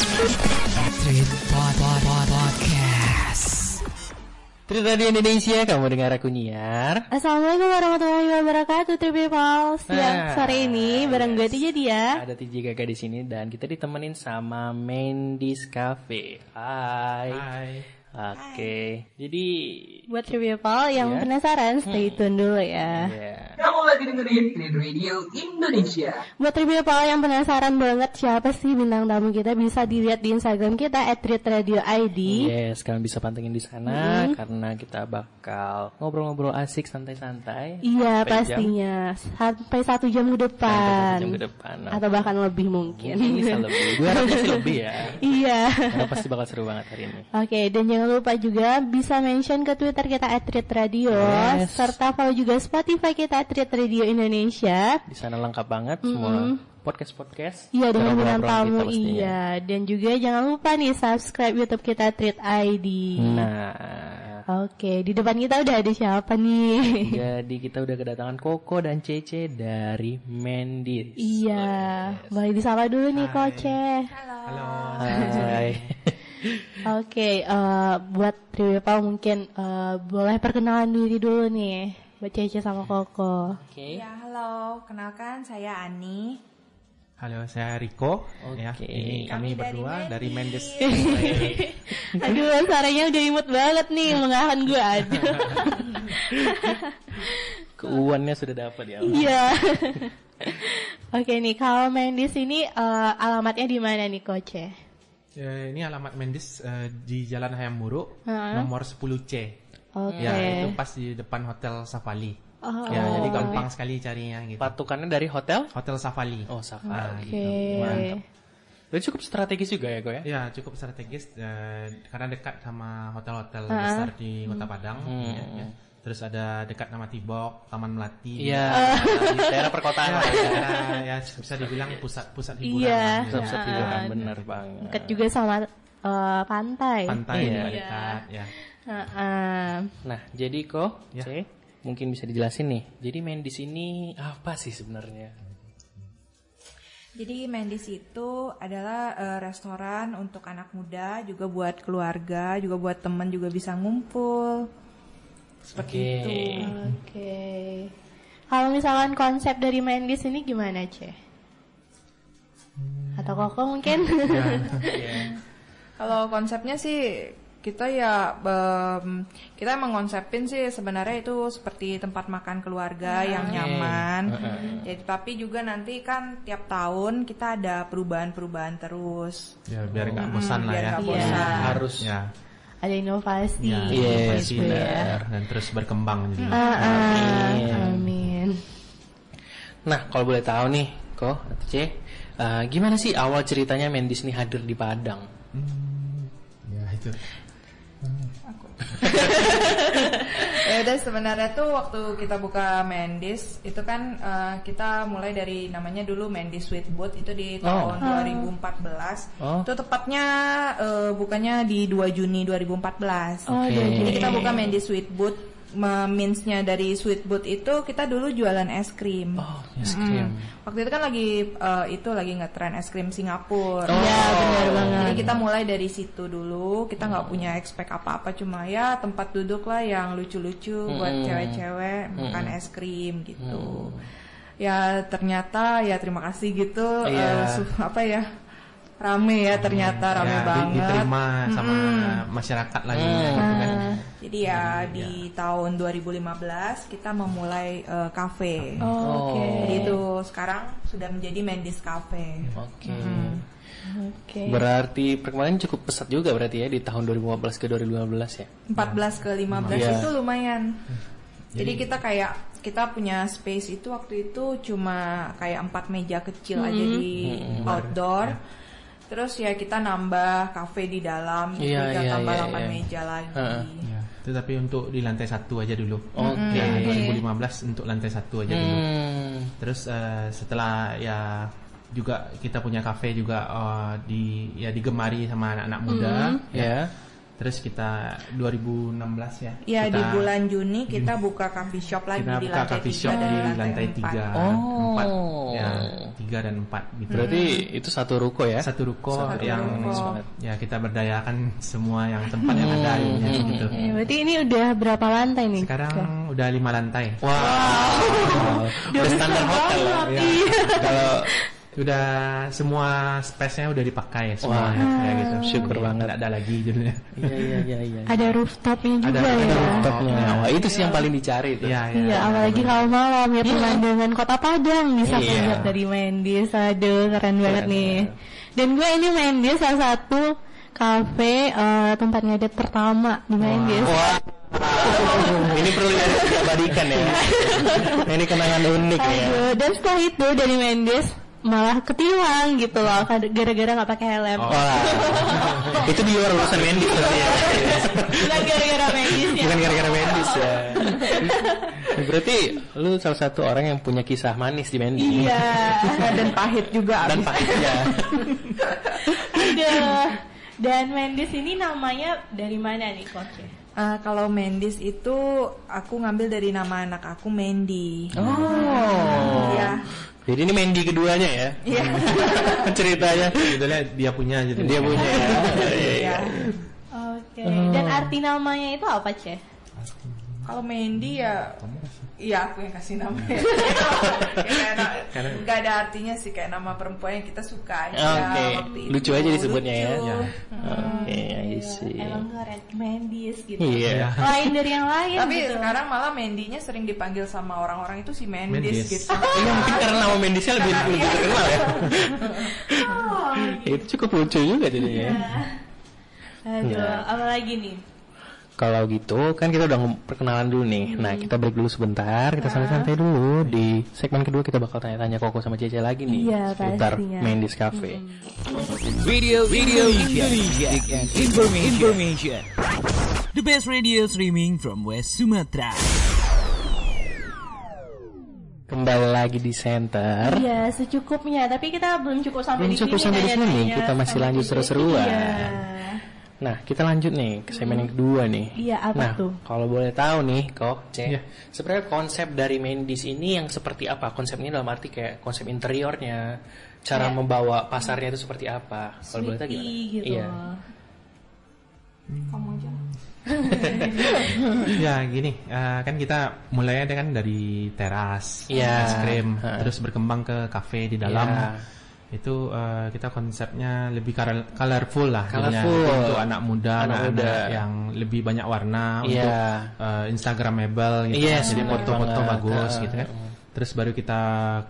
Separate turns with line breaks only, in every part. Trin Pod, Pod, Pod, Podcast. Trin Radio Indonesia, kamu dengar aku nyiar.
Assalamualaikum warahmatullahi wabarakatuh, True People.
Ah,
Ya, sore ini bareng ya, gue Tija dia.
Ada TJ Gaga di sini dan kita ditemenin sama Mendy's Cafe. Hai. Oke. Jadi
Buat True People yang penasaran,
Hmm.
stay tune dulu ya.
ya.
Kamu lagi dengerin Green Radio Indonesia.
Buat True People yang penasaran banget siapa sih bintang tamu kita bisa dilihat di Instagram kita @radioid.
Yes, kalian Iya, bisa pantengin di sana
Mm-hmm.
karena kita bakal ngobrol-ngobrol asik santai-santai.
Iya,
Sampai
pastinya. Sampai satu jam ke depan.
Sampai satu jam ke depan.
Atau bahkan lebih mungkin.
Mungkin bisa lebih. Gue harapnya sih lebih ya.
iya.
Karena pasti bakal seru banget hari ini.
Oke, dan jangan lupa juga bisa mention ke Twitter kita @radio
Yes.
serta follow juga Spotify kita @radio Indonesia.
Di sana lengkap banget semua podcast-podcast.
Mm-hmm. Iya dengan
obrolan-obrolan
bintang tamu
kita pastinya.
iya dan juga jangan lupa nih subscribe YouTube kita Treat ID.
Nah,
Oke, di depan kita udah ada siapa nih?
jadi kita udah kedatangan Koko dan Cece dari Mendy.
iya, boleh disapa dulu nih ya. Koce.
Hai.
Oke, eh, buat Triwepa mungkin eh, boleh perkenalan diri dulu nih buat Cece sama Koko.
Oke.
Ya, halo. Kenalkan saya Ani.
Halo, saya Riko. Ya,
Oke.
ini kami,
Kami dari
berdua dari Mendes.
Aduh, suaranya udah imut banget nih, lengahan gue aja.
Keuannya sudah dapat ya.
Iya. Oke nih, kalau main di sini eh, alamatnya di mana nih, ya? Koce?
Eh, ini alamat Mendes eh, di Jalan Hayam Muruk,
Heeh.
nomor 10C.
Oke.
Ya, itu pas di depan Hotel Safali.
Oh,
Ya, jadi gampang sekali carinya gitu.
Patukannya dari hotel?
Hotel Safali. Ah, gitu.
Oh, safari.
Oke.
Jadi cukup strategis juga ya, Go ya?
Ya, cukup strategis eh, karena dekat sama hotel-hotel besar di Kota Padang.
Hmm.
ya, ya. Terus ada dekat sama Tibok, Taman Melati.
Iya. di daerah perkotaan lah ya.
Daerah, ya bisa dibilang pusat-pusat hiburan.
Iya.
lah, ya.
Pusat-pusat hiburan, bener banget.
Dekat juga sama eh, pantai.
Pantai
Iya.
juga dekat, ya.
Heeh.
Nah, jadi kok,
Ya.
C, mungkin bisa dijelasin nih. Jadi main di sini apa sih sebenarnya?
Jadi Mendes itu adalah eh, restoran untuk anak muda, juga buat keluarga, juga buat temen juga bisa ngumpul. Seperti
Oke.
itu.
Oke. Kalau misalkan konsep dari main di sini gimana, Ce? Atau Koko mungkin?
Kalau konsepnya sih kita ya em, kita mengonsepin sih sebenarnya itu seperti tempat makan keluarga yang nyaman. Jadi tapi juga nanti kan tiap tahun kita ada perubahan-perubahan terus.
Ya, biar nggak bosan lah
biar
ya.
nggak bosan.
Ya.
Iya. Harus.
Ya.
Ada inovasi.
Ya,
Yes,
pasti
benar.
benar. Dan terus berkembang jadi.
Ah, amin.
Nah, kalau boleh tahu nih, kok, atau C, eh, gimana sih awal ceritanya Mendes nih hadir di Padang?
Ya, itu.
ya udah sebenarnya tuh waktu kita buka Mendes itu kan eh, kita mulai dari namanya dulu Mendes Sweetboot itu di
Oh.
tahun 2014
Oh.
itu tepatnya eh, bukannya di 2 Juni 2014
Oh,
Oke.
udah jadi.
jadi kita buka Mendes Sweetboot meminsnya dari Sweetboot itu kita dulu jualan es krim
Oh, es krim.
Iya.
waktu itu kan lagi eh, itu lagi ngetren es krim Singapura
Oh.
Ya, benar
jadi
banget.
kita mulai dari situ dulu. Kita nggak punya expect apa-apa, cuma ya tempat duduk lah yang lucu-lucu
Hmm.
buat cewek-cewek makan es krim gitu.
Hmm.
Ya ternyata ya terima kasih gitu.
Iya.
eh, su- apa ya rame ya ternyata rame
Ya, di-
banget. Hmm.
diterima sama masyarakat lagi. gitu kan.
Jadi ya
Iya.
di tahun 2015 kita memulai eh, cafe.
Oh, Oke.
Jadi itu Gitu. sekarang sudah menjadi Mendes Cafe.
Oke.
Oke.
Berarti perkembangan cukup pesat juga berarti ya di tahun 2015 ke 2015 ya?
14 ke 15
Iya.
itu lumayan. Jadi kita kayak kita punya space itu waktu itu cuma kayak empat meja kecil aja di outdoor. Terus ya kita nambah kafe di dalam gitu,
Iya,
kita
iya,
tambah
iya,
8
iya.
meja lagi.
Ya, itu tapi untuk di lantai satu aja dulu.
Oke.
Ya, 2015 untuk lantai satu aja dulu.
Hmm.
Terus eh, setelah ya juga
Hmm.
kita punya kafe juga eh, di ya digemari sama anak-anak muda.
Ya.
Terus kita 2016 ya.
Ya
kita,
di bulan Juni kita buka coffee shop lagi
kita
di
buka
lantai
coffee
tiga
shop
dan
di lantai
empat.
3,
Oh.
4 ya, 3 dan 4 gitu.
Berarti itu satu ruko ya?
satu ruko
Satu
yang
ruko.
ya kita berdayakan semua yang tempat yang
Hmm.
ada ininya gitu.
Eh, berarti ini udah berapa lantai nih?
Sekarang udah lima lantai.
Wow. Udah standar hotel lah.
Ya,
Iya.
Kalau
udah semua space-nya udah dipakai semua kayak gitu.
Hmm. Syukur
Jadi,
banget.
nggak ada lagi jadinya.
iya iya iya iya.
Ada rooftopnya juga
ada
ya.
Rooftopnya. Nah, Wah, itu sih yang paling dicari tuh.
Iya,
Iya, apalagi kalau malam ya pemandangan kota Padang bisa
Iya.
melihat dari Mendes. Aduh, keren banget nih. Dan gue ini Mendes salah satu kafe eh, tempat ngadet pertama di Mendes.
Wah. ini perlu diabadikan ya. ini kenangan unik ya.
Aduh, dan setelah itu dari Mendes malah ketilang gitu loh
Iya.
kad- gara-gara nggak pakai helm.
Wah. itu di luar urusan Wendy berarti ya.
Bukan gara-gara Mendes ya.
Bukan gara-gara Wendy's ya. Berarti lu salah satu orang yang punya kisah manis di Wendy.
Iya.
dan pahit
Dan
juga
iya.
abis.
pahitnya.
Aduh. Dan Mendes ini namanya dari mana nih coach?
Eh, kalau Mendes itu aku ngambil dari nama anak aku Mandy.
Oh.
Iya.
Jadi ini Mendy keduanya ya.
Iya.
Ceritanya
Sebetulnya dia punya jadi
dia punya ya. Iya, iya.
Oke.
Oh.
Dan arti namanya itu apa Ceh?
Kalau Mandy ya Iya aku yang kasih nama ya, kayak na- nggak ada artinya sih kayak nama perempuan yang kita suka aja
Oke.
waktu itu.
Lucu aja disebutnya ya.
Iya. Lucu.
Ya.
Oke, Iya,
Hmm.
I see.
Emang keren Mendes gitu.
Iya.
Lain dari yang lain
Tapi
gitu.
kan-
sekarang malah Mandy-nya sering dipanggil sama orang-orang itu si Mendes,
Mendes.
gitu.
Ini Iya, mungkin karena nama Mendisnya lebih lebih terkenal ya. Itu cukup lucu juga jadinya. ya.
Aduh,
Iya.
apa lagi nih?
Kalau gitu kan kita udah ngom- perkenalan dulu nih. Nah kita break dulu sebentar, kita santai-santai dulu. Di segmen kedua kita bakal tanya-tanya Koko sama Cece lagi nih
Iya,
seputar
pastinya.
Mendes Cafe.
Radio, Radio Indonesia. Information. Information. The best radio streaming from West Sumatra.
Kembali lagi di center.
Iya, secukupnya. Tapi kita belum cukup sampai
Belum
di
cukup
sini. ya,
sampai di sini.
nanya-nanya
Kita masih
sama
lanjut
Cici.
seru-seruan.
Iya.
Nah kita lanjut nih ke segmen yang kedua nih.
Iya, apa
nah,
tuh?
kalau boleh tahu nih kok, Cek,
Iya.
sebenarnya konsep dari Mendes ini yang seperti apa? Konsepnya dalam arti kayak konsep interiornya,
Iya.
cara membawa pasarnya itu seperti apa? Kalau boleh tahu
Sweetie
gimana?
gitu.
Iya.
ya gini eh, kan kita mulainya dengan dari teras
Iya.
es krim
Ha.
terus berkembang ke kafe di dalam
Iya.
itu eh, kita konsepnya lebih kar- colorful lah jadinya.
Colorful.
untuk anak muda
Anak
anak-anak
muda.
yang lebih banyak warna untuk
Iya.
eh, instagramable gitu
Yes,
jadi
bener
foto-foto
banget.
bagus
Ha.
gitu kan terus baru kita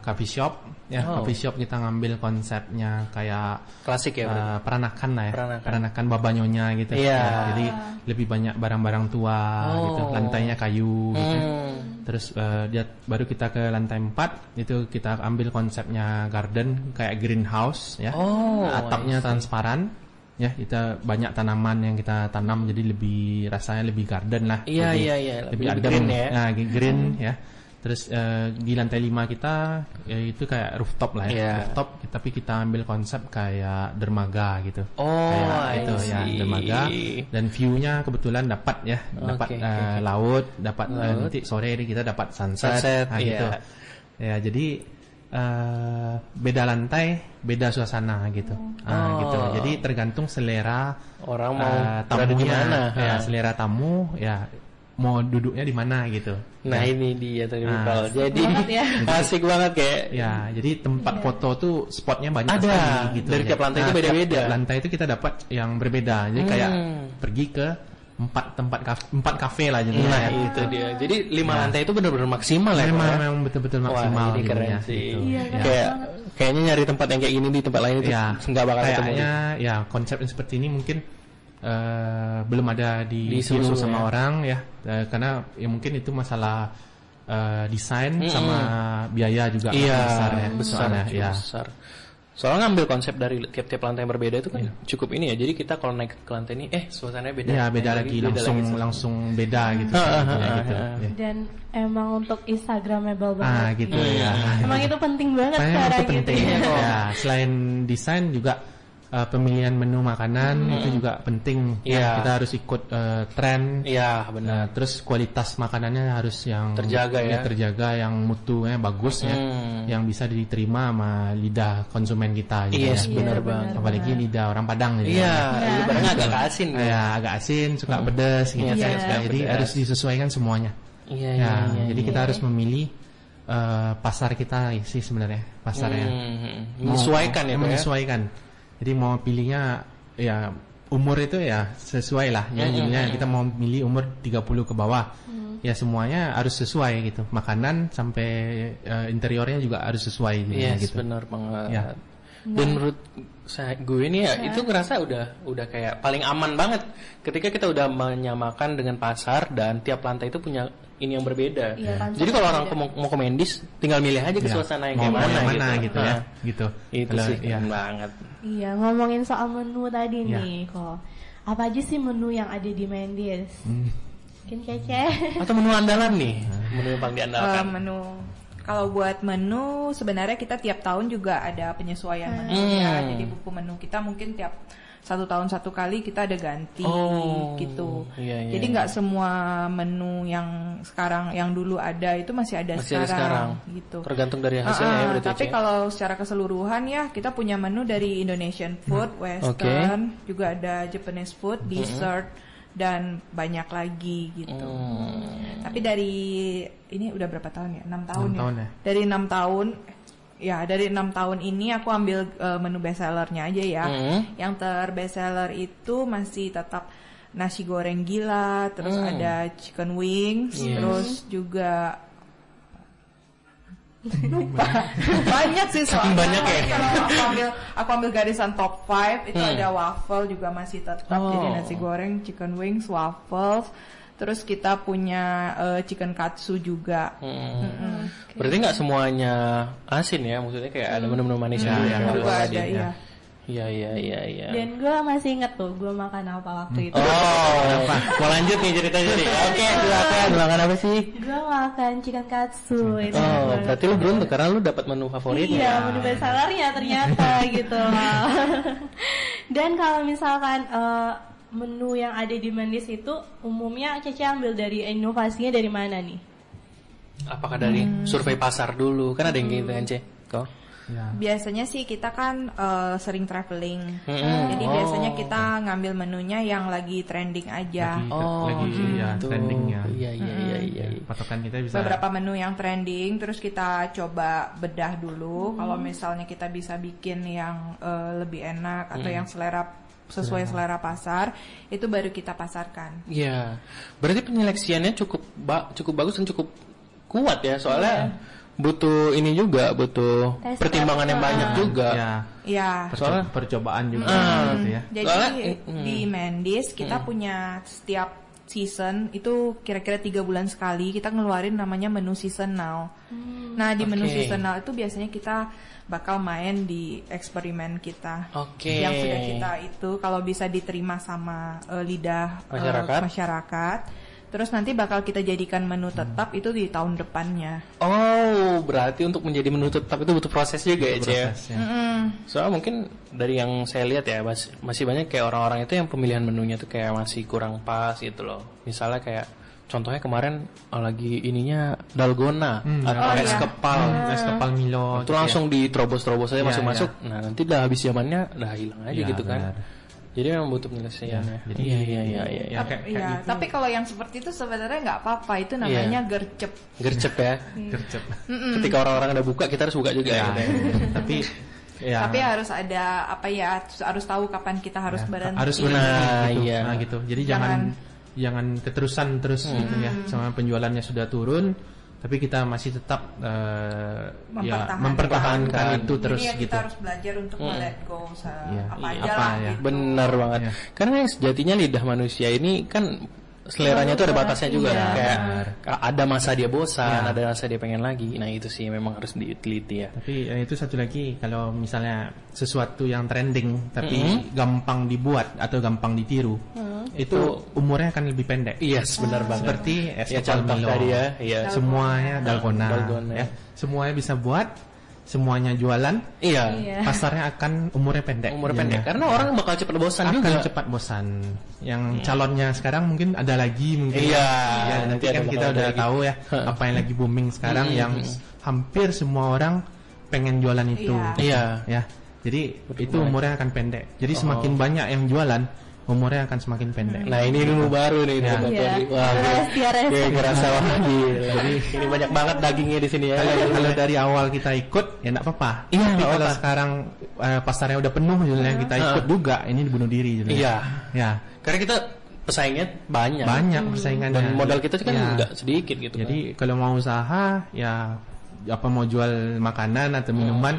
coffee shop ya
Oh.
coffee shop kita ngambil konsepnya kayak
Klasik ya. berarti?
Eh, peranakan lah ya
Peranakan.
babanyonya gitu
Iya.
Ya, jadi lebih banyak barang-barang tua
Oh.
gitu lantainya kayu gitu
Hmm.
terus eh, dia baru kita ke lantai 4 itu kita ambil konsepnya garden kayak greenhouse ya
Oh,
atapnya transparan ya kita banyak tanaman yang kita tanam jadi lebih rasanya lebih garden lah
Iya,
Lebih-
iya, iya.
lebih,
Lebih
adem.
green ya.
Nah, green ya terus eh, di lantai 5 kita ya, itu kayak rooftop lah ya
Iya.
rooftop tapi kita ambil konsep kayak dermaga gitu
Oh, I
kayak itu ya
see.
dermaga dan view-nya kebetulan dapat ya dapat
Oke,
eh,
oke, oke.
laut dapat eh, nanti sore ini kita dapat sunset,
Sunset,
nah,
iya.
gitu ya jadi eh, beda lantai beda suasana gitu Ah, gitu
Oh.
jadi tergantung selera
Orang mau
eh,
berada di
tamunya.
mana?
ya
Ah.
selera tamu ya mau duduknya di mana gitu
Nah ini dia tadi
Ah.
Bipal. Jadi
Banget ya.
asik banget kayak
Ya, jadi tempat foto tuh spotnya banyak
Hmm. Ada.
sekali gitu.
Dari tiap lantai itu
tiap-
beda-beda. Hmm.
tiap lantai itu kita dapat yang berbeda. Jadi kayak pergi ke empat tempat kafe, empat kafe lah jadi
Nah itu dia. Jadi lima lantai itu benar-benar maksimal ya.
Iya. Memang,
Kak, ya?
memang betul-betul maksimal
Wah, ini keren
jadinya,
sih.
gitu.
Iya,
Ya.
Kayak kayaknya nyari tempat yang kayak gini di tempat lain itu
Ya,
nggak bakal ketemu. gitu.
kayaknya ya konsep yang seperti ini mungkin eh, belum ada di,
Di
tiru
seluruh,
sama
ya.
orang ya Eh, karena ya mungkin itu masalah eh, desain sama biaya juga
Hmm. Iya,
besar ya
besar,
soalnya,
cukup
ya.
besar. Soalnya ngambil konsep dari tiap-tiap lantai yang berbeda itu kan
Iya.
cukup ini ya. Jadi kita kalau naik ke lantai ini, eh suasananya beda.
Ya
Naik
beda lagi langsung
beda lagi.
langsung beda gitu.
Ah, ah,
sebetulnya
ah,
gitu.
ah,
Ya.
Dan emang untuk Instagramable banget.
Ah gitu
Iya,
ya.
Emang itu penting banget
Saya itu
sekarang gitu
penting.
ya.
Ya, selain desain juga eh, pemilihan menu makanan itu juga penting. Nah,
Iya.
Kita harus ikut eh, tren.
Iya benar.
Nah, terus kualitas makanannya harus yang
Terjaga ya.
terjaga yang mutunya bagus ya,
Hmm.
yang bisa diterima sama lidah konsumen kita gitu.
Yes, Iya,
ya.
benar banget.
Apalagi lidah orang Padang gitu.
Iya,
ya.
lebarannya agak asin
Ya,
ya.
agak asin, suka pedas gitu.
Iya, saya
Ya,
suka
Jadi
pedas.
harus disesuaikan semuanya.
Iya,
Ya, jadi kita harus memilih eh, pasar kita sih sebenarnya, pasarnya.
Hmm, menyesuaikan ya, Pak, ya.
ya. menyesuaikan jadi mau pilihnya ya umur itu ya sesuai lah ya
Hmm,
jadinya kita mau milih umur 30 ke bawah ya semuanya harus sesuai gitu makanan sampai eh, interiornya juga harus sesuai jadinya,
Yes,
gitu
Iya, benar banget.
Ya.
Nah.
Dan menurut saya gue nih ya itu ngerasa udah udah kayak paling aman banget ketika kita udah menyamakan dengan pasar dan tiap lantai itu punya ini yang berbeda.
Iya, konsep
Jadi kalau
yang
orang
beda.
mau, mau komendis tinggal milih aja ke
Ya,
suasana yang kayak
mau mau
mana,
yang mana gitu, ya
Nah,
gitu
Itu
Kalau-
sih Ah.
ya.
keren banget.
Iya, ngomongin soal menu tadi
Iya.
nih kok. Apa aja sih menu yang ada di Mendes? Mungkin kece.
Atau menu andalan nih, menu yang paling diandalkan.
Eh, menu kalau buat menu sebenarnya kita tiap tahun juga ada penyesuaian menunya.
Hmm.
Jadi buku menu kita mungkin tiap satu tahun satu kali kita ada ganti
Oh,
gitu.
iya, iya,
Jadi nggak semua menu yang sekarang yang dulu ada itu masih ada,
Masih ada
sekarang,
sekarang.
gitu.
Tergantung dari hasilnya ya
Ah, ah,
berarti.
Tapi
Ci.
kalau secara keseluruhan ya kita punya menu dari Indonesian
Hmm.
food, western, juga ada Japanese food, dessert dan banyak lagi gitu.
Hmm.
Tapi dari ini udah berapa tahun ya? 6 tahun,
Enam tahun ya.
Dari 6 tahun ya dari 6 tahun ini aku ambil eh, menu bestsellernya aja ya.
Hmm.
Yang terbestseller itu masih tetap nasi goreng gila, terus
Hmm.
ada chicken wings, terus juga lupa banyak sih soalnya
banyak ya? Hmm.
Kalau aku ambil aku ambil garisan top 5 itu ada waffle juga masih tetap jadi
Oh.
nasi goreng chicken wings waffles terus kita punya eh, chicken katsu juga
Hmm. Berarti nggak semuanya asin ya, maksudnya kayak ada menu-menu manis juga
Iya,
yang
iya.
lu
juga
tadi.
ada ya
Iya, iya, iya, iya.
Dan gue masih inget tuh, gue makan apa waktu itu.
Oh, mau lanjut nih ceritanya nih. Oke, silakan. Makan apa sih?
Gue makan chicken katsu itu.
Oh,
menurut
berarti lu beruntung karena lu dapat menu favoritnya.
Iya, menu best sellernya ternyata gitu. loh. Dan kalau misalkan eh, menu yang ada di Mendis itu umumnya Cece ambil dari inovasinya dari mana nih?
Apakah dari survei pasar dulu? Kan ada yang gitu kan, Ce? Kok?
Ya.
biasanya sih kita kan eh, sering traveling
Mm-mm.
jadi
Oh.
biasanya kita ngambil menunya yang lagi trending aja
Lagi- lagi ya, trendingnya
Oh, gitu. Iya, iya, iya, iya. iya.
patokan kita bisa
beberapa menu yang trending terus kita coba bedah dulu kalau misalnya kita bisa bikin yang eh, lebih enak atau yang selera sesuai selera pasar itu baru kita pasarkan
Iya. Berarti penyeleksiannya cukup ba- cukup bagus dan cukup kuat ya, soalnya butuh ini juga, butuh
Tes
pertimbangan yang banyak juga.
ya
ya
perco-
Soalnya- Ah.
percobaan juga gitu ya
jadi
Soalnya, eh,
di Mendes kita punya setiap season itu kira-kira tiga bulan sekali kita ngeluarin namanya menu seasonal nah di menu
Oke.
seasonal itu biasanya kita bakal main di eksperimen kita
Oke.
yang sudah kita itu kalau bisa diterima sama eh, lidah eh,
Masyarakat.
masyarakat. Terus nanti bakal kita jadikan menu
Hmm.
tetap itu di tahun depannya.
Oh, berarti untuk menjadi menutup tapi itu butuh proses juga ya, Ce?
proses ya.
Soalnya mungkin dari yang saya lihat ya mas- masih banyak kayak orang-orang itu yang pemilihan menunya tuh kayak masih kurang pas gitu loh. Misalnya kayak contohnya kemarin oh, lagi ininya dalgona
Hmm,
atau es kepal.
es kepal
Itu
Milo oh, iya. gitu ya.
langsung diterobos-terobos aja
Iya,
masuk-masuk. Nah, nanti udah habis zamannya udah hilang aja
Iya,
gitu kan.
benar.
Jadi memang butuh penyelesaiannya.
Iya, jadi-
iya iya iya iya.
Ya, kayak- kayak
Iya, tapi kalau yang seperti itu sebenarnya nggak apa-apa itu
Iya.
namanya gercep.
Gercep ya.
gercep
Ketika orang-orang udah buka kita harus buka juga
Ya,
gitu ya.
tapi ya,
Tapi harus ada apa ya harus- harus tahu kapan kita harus berhenti.
harus benar
Nah,
gitu.
iya.
Nah, gitu. Jadi jangan jangan keterusan terus gitu ya. Sama penjualannya sudah turun tapi kita masih tetap eh, ya
Mempertahankan.
mempertahankan
Iya,
itu
Jadi
terus
ya kita
gitu.
harus belajar untuk let go se-
Iya.
apa
Iya,
aja
apa
lah.
ya.
gitu.
Benar banget.
Iya.
Karena yang sejatinya lidah manusia ini kan seleranya tuh ada batasnya juga
Iya.
kayak
Benar.
ada masa dia bosan,
Iya.
ada masa dia pengen lagi. Nah, itu sih memang harus diteliti ya.
Tapi eh, itu satu lagi kalau misalnya sesuatu yang trending tapi gampang dibuat atau gampang ditiru, itu umurnya akan lebih pendek.
Yes, Iya,
Ah.
benar banget.
Seperti es
ya
kepal
contoh
Milo.
tadi ya. Iya.
semuanya dalgona,
Dalgona.
ya. Semuanya bisa buat semuanya jualan,
Iya.
Iya.
pasarnya akan umurnya pendek.
Umur
Iya.
pendek. Karena orang bakal cepet bosan
akan
juga.
cepat bosan. Yang calonnya sekarang mungkin ada lagi mungkin.
Iya,
Ya, nanti
nanti ada
kan kita
bakal ada
udah
lagi.
tahu ya apa yang lagi booming sekarang
Hmm.
yang hampir semua orang pengen jualan itu.
Iya. Oh,
Ya. Jadi itu umurnya akan pendek. Jadi semakin banyak yang jualan, umurnya akan semakin pendek.
Nah ini ilmu baru nih
Iya.
teman
Iya.
Wah, gue-
Rahasia, rahasia.
gue ngerasa wah gila. ini banyak banget dagingnya di sini ya.
kalau kalau dari awal kita ikut ya enggak apa-apa.
Iya,
Tapi
nggak
kalau
apa-apa.
sekarang eh, pasarnya udah penuh jadinya kita ikut juga ini bunuh diri jadinya.
Iya.
Ya,
Karena kita pesaingnya banyak.
banyak persaingannya.
Dan modal kita kan
Ya.
nggak sedikit gitu. kan.
Jadi kalau mau usaha ya apa mau jual makanan atau minuman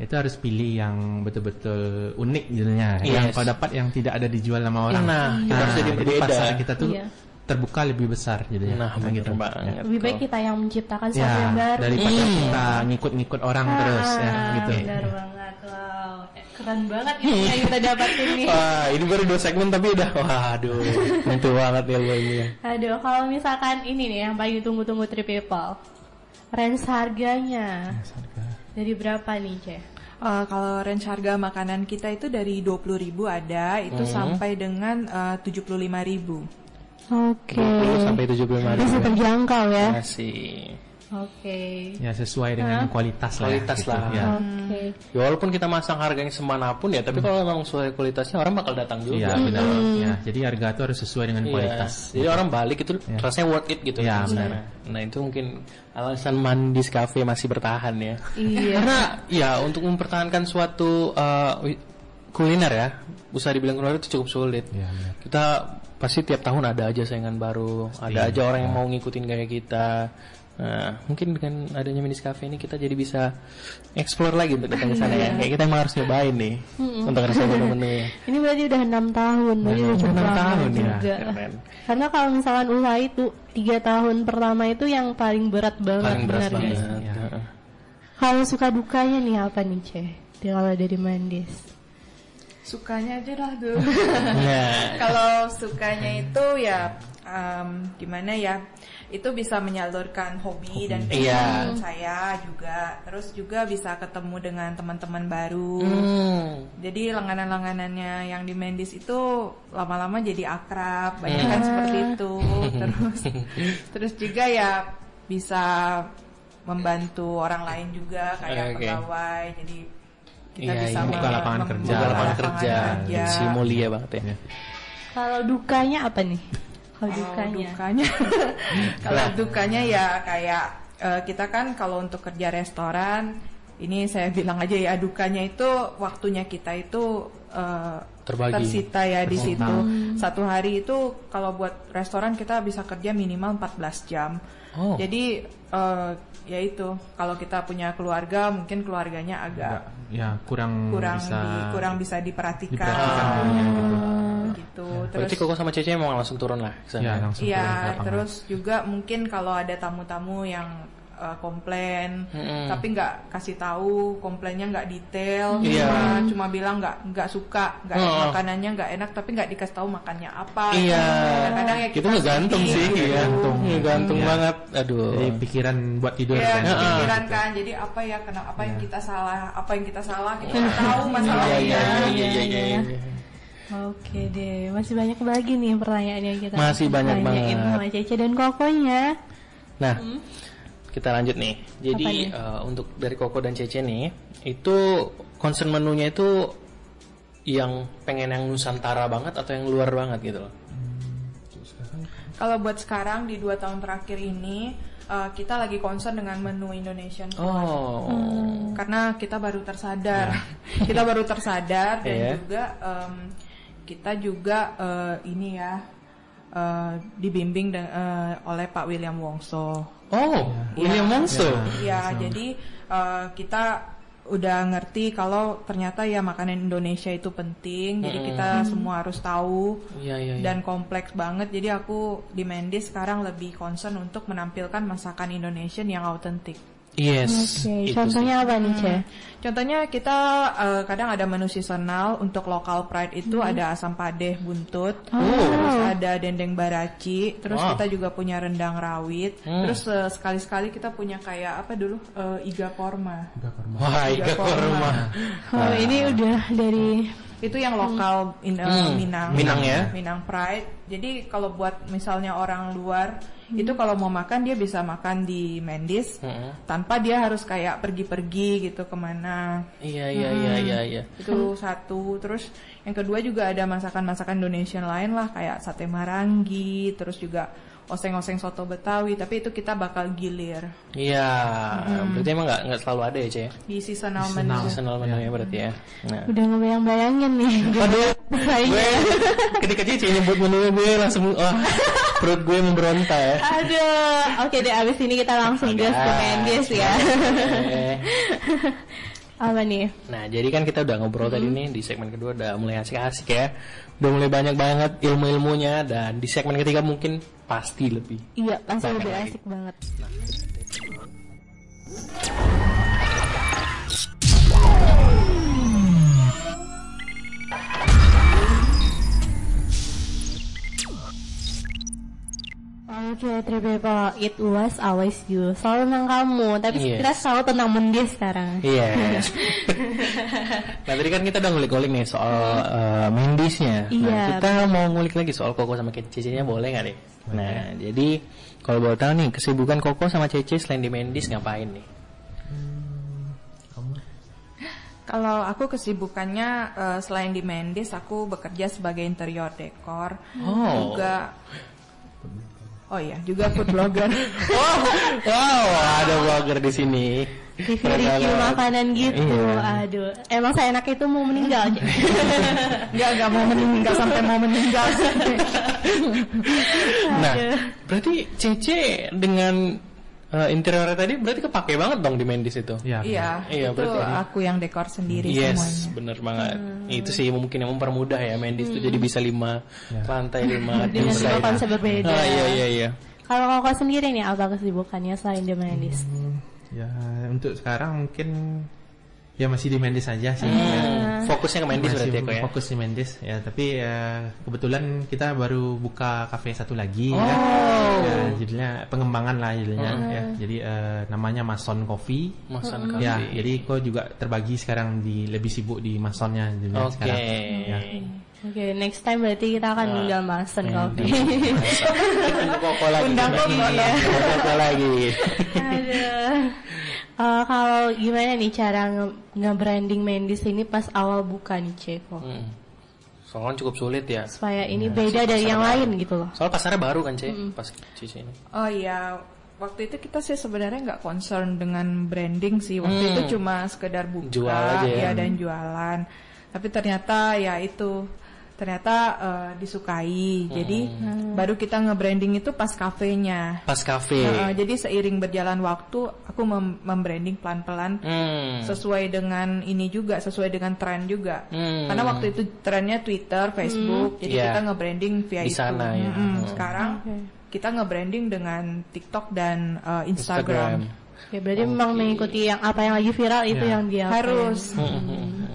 itu harus pilih yang betul-betul unik jadinya. Yang
Yes.
kau dapat yang tidak ada dijual sama orang.
Nah, kita harus jadi
jadi
berbeda.
pasar kita tuh
Iya.
terbuka lebih besar jadinya.
Nah,
Nah,
bener banget.
Lebih baik kita yang menciptakan
Ya,
sesuatu yang baru.
daripada
Hmm.
kita ngikut-ngikut orang
Ah,
terus ya gitu.
Benar
Iya.
banget. Wow. Eh, Keren banget ini yang kita dapatin nih.
Wah, ini baru dua segmen tapi udah waduh, mentu banget ya lo ini.
Aduh, kalau misalkan ini nih yang paling ditunggu-tunggu Trip People. Range harganya dari berapa nih, Ce?
Eh, kalau range harga makanan kita itu dari 20.000 ada itu sampai dengan eh, 75.000.
Oke.
20 sampai 75 ribu.
terjangkau ya.
Iya Masih.
Oke.
Iya.
Ya sesuai dengan kualitas lah.
Kualitas
gitu,
lah.
ya.
Oke.
Ya, walaupun kita masang harganya semanapun ya, tapi kalau memang sesuai kualitasnya orang bakal datang
Iya
juga.
Hmm.
benar. Ya, jadi harga itu harus sesuai dengan
Hmm. Iya.
kualitas.
Jadi orang balik itu rasanya worth it gitu
Iya,
di sana. Nah, itu mungkin alasan Mandis Cafe masih bertahan ya.
Iya.
Karena ya untuk mempertahankan suatu eh, wi- kuliner ya, usaha dibilang kuliner itu cukup sulit.
Iya, benar.
Kita pasti tiap tahun ada aja saingan baru, ada aja orang yang mau ngikutin gaya kita. Nah, mungkin dengan adanya Minis Cafe ini kita jadi bisa explore lagi untuk datang ke sana ya. Kayak kita emang harus nyobain nih untuk ngerasain menu ya.
Ini berarti udah enam tahun, berarti udah cukup
enam
lama
tahun ya,
juga.
keren.
Karena kalau misalkan usaha itu tiga tahun pertama itu yang paling berat banget,
Paling berat
benar,
banget.
guys.
Iya.
Kalau suka dukanya nih apa nih, Ce? Di- Kalau dari Mandis.
Sukanya aja lah dulu.
Nah,
Kalau sukanya itu ya em, gimana ya? Itu bisa menyalurkan hobi dan
Iya.
passion saya juga. Terus juga bisa ketemu dengan teman-teman baru.
Mm.
Hmm.
Jadi langganan-langganannya yang di Mendis itu lama-lama jadi akrab, banyak
Hmm.
kan seperti itu. Terus terus juga ya bisa membantu orang lain juga
Eh,
kayak
Oke.
pegawai. Jadi kita
Iya,
bisa
iya.
Buka lapangan
mem-
kerja.
Bukan
membuka
lapangan kerja.
lapangan kerja.
Si mulia banget ya.
Iya.
Kalau dukanya apa nih? Kalau
Kalau
dukanya.
dukanya, kalau dukanya ya kayak eh, kita kan kalau untuk kerja restoran, ini saya bilang aja ya dukanya itu waktunya kita itu eh,
Terbagi.
tersita ya di situ. Satu hari itu kalau buat restoran kita bisa kerja minimal 14 jam.
Oh.
Jadi eh, ya itu kalau kita punya keluarga mungkin keluarganya
Iya.
agak
Ya kurang,
kurang
bisa
di- kurang bisa diperhatikan,
diperhatikan ya, gitu.
gitu.
Berarti Koko sama Cece emang langsung turun lah ke sana.
Ya langsung turun ke
Iya,
lapangan.
terus juga mungkin kalau ada tamu-tamu yang eh, komplain,
Mm-mm.
tapi nggak kasih tahu komplainnya nggak detail,
Iya.
cuma cuma bilang nggak nggak suka, nggak
Oh.
makanannya nggak enak, tapi nggak dikasih tahu makannya apa. gitu.
Iya.
Kadang-kadang ya
Itu
kita
ngegantung
sedih,
sih,
gitu.
ya. Ngegantung Iya, banget. Aduh.
Jadi pikiran buat tidur
Iya,
kan.
kepikiran kan. Jadi apa ya, kenapa apa yang kita salah, apa yang kita salah, kita nggak tahu masalahnya.
iya, iya, iya, iya.
Oke deh, masih banyak lagi nih pertanyaan yang kita
Masih banyak
tanyain
banget.
sama Cece dan Kokonya.
Nah, kita lanjut nih. Jadi
Apa nih?
eh, untuk dari Koko dan Cece nih, itu concern menunya itu yang pengen yang nusantara banget atau yang luar banget gitu loh.
Kalau buat sekarang di dua tahun terakhir ini, eh, kita lagi concern dengan menu Indonesian food.
Oh.
karena kita baru tersadar kita baru tersadar dan
Iya.
juga em, kita juga eh, ini ya eh, dibimbing dan, eh, oleh Pak William Wongso
Oh, William Monso.
ya jadi eh, kita udah ngerti kalau ternyata ya makanan Indonesia itu penting jadi kita semua harus tahu
Iya, iya, iya.
dan kompleks banget jadi aku di Mendes sekarang lebih concern untuk menampilkan masakan Indonesia yang autentik
Yes.
Oke,
itu
contohnya apa nih, Ce?
Contohnya kita eh, kadang ada menu seasonal untuk lokal pride itu ada asam padeh buntut, terus ada dendeng baraci, terus
Wow.
kita juga punya rendang rawit,
Hmm.
terus eh, sekali-sekali kita punya kayak apa dulu eh, iga korma.
sih. Wah, iya, iga korma. Hmm.
Oh, ini udah dari
Itu yang lokal in- eh,
Hmm,
Minang.
Minang ya.
Minang pride. Jadi kalau buat misalnya orang luar itu kalau mau makan dia bisa makan di Mendes
Hmm.
tanpa dia harus kayak pergi-pergi gitu kemana.
Iya, iya, iya, iya, iya.
itu satu terus yang kedua juga ada masakan-masakan Indonesia lain lah kayak sate marangi terus juga oseng-oseng soto betawi tapi itu kita bakal gilir
Iya, berarti emang nggak nggak selalu ada ya, Ce?
di seasonal menu
Seasonal menu ya berarti ya. Nah.
udah ngebayang-bayangin nih.
Aduh,
Iya.
gue ketika Cici nyebut menu gue langsung wah, perut gue memberontak ya.
Aduh, oke deh abis ini kita langsung gas ke Mendes ya.
Eh,
apa nih?
Nah, jadi kan kita udah ngobrol tadi nih di segmen kedua udah mulai asik-asik ya. Udah mulai banyak banget ilmu-ilmunya dan di segmen ketiga mungkin pasti lebih.
Iya, pasti
Makan
lebih
lagi.
asik banget. Oke, Tri people, it was always you. Selalu tentang kamu, tapi
Yes. Iya.
kita selalu tentang Mendes sekarang.
Yes. nah, tadi kan kita udah ngulik-ngulik nih soal uh, Mendisnya. Nah,
Iya.
kita mau ngulik lagi soal Koko sama Cece-nya boleh nggak nih? Nah, jadi kalau boleh tahu nih kesibukan Koko sama Cece selain di Mendis ngapain nih?
kalau aku kesibukannya eh, selain di Mendes aku bekerja sebagai interior dekor
Oh.
juga oh iya juga food blogger
Wow, wow, ada blogger di sini.
Review-review makanan gitu. Aduh, emang saya enak itu mau meninggal. Cek.
nggak nggak mau meninggal sampai mau meninggal
Nah, berarti Cece dengan eh, interiornya tadi berarti kepake banget dong di Mendis itu.
Iya.
iya
Iya,
itu
berarti.
aku yang dekor sendiri semuanya
Yes, bener banget. Itu sih mungkin yang mempermudah ya Mendis itu jadi bisa lima
Ya.
lantai lima
Dengan lima
desain.
konsep berbeda.
Ah, iya iya iya.
Kalau kakak sendiri nih apa kesibukannya selain The Mendes?
Ya, untuk sekarang mungkin ya masih di Mendes aja sih.
Hmm, Fokusnya ke Mendis
Masih
berarti ya, kok ya.
fokus di Mendes ya, tapi eh, kebetulan kita baru buka kafe satu lagi
Oh.
ya. Ya, jadinya pengembangan lah jadinya ya. Jadi eh, namanya Mason Coffee.
Masan
Ya,
kali.
jadi kok juga terbagi sekarang di lebih sibuk di masonnya juga
Oke.
sekarang. Ya.
Oke, next time berarti kita akan undang Mason Coffee.
Koko lagi.
Undang Koko
Iya, Koko lagi.
Aduh. Eh, kalau gimana nih cara nge- nge-branding Mendes ini pas awal buka nih Ceko?
Hmm. Soalnya cukup sulit ya.
Supaya ini beda dari yang lain gitu loh.
Soal pasarnya baru kan, Ce? Pas Cici ini.
Oh iya, waktu itu kita sih sebenarnya nggak concern dengan branding sih. Waktu itu cuma sekedar buka
Jual Hmm. aja ya.
ya, dan jualan. Tapi ternyata ya itu ternyata eh, disukai. Jadi
Hmm.
baru kita nge-branding itu pas kafenya.
Pas kafe.
Nah, eh, jadi seiring berjalan waktu aku mem- membranding pelan-pelan
Hmm.
sesuai dengan ini juga, sesuai dengan tren juga.
Hmm.
Karena waktu itu trennya Twitter, Facebook, jadi
Iya.
kita nge-branding via
Di
itu.
sana ya.
Mm-mm.
Hmm.
Sekarang kita nge-branding dengan TikTok dan uh,
Instagram.
Instagram.
Oke, berarti memang mengikuti yang apa yang lagi viral itu yang
Ya,
dia.
Harus.
Hmm,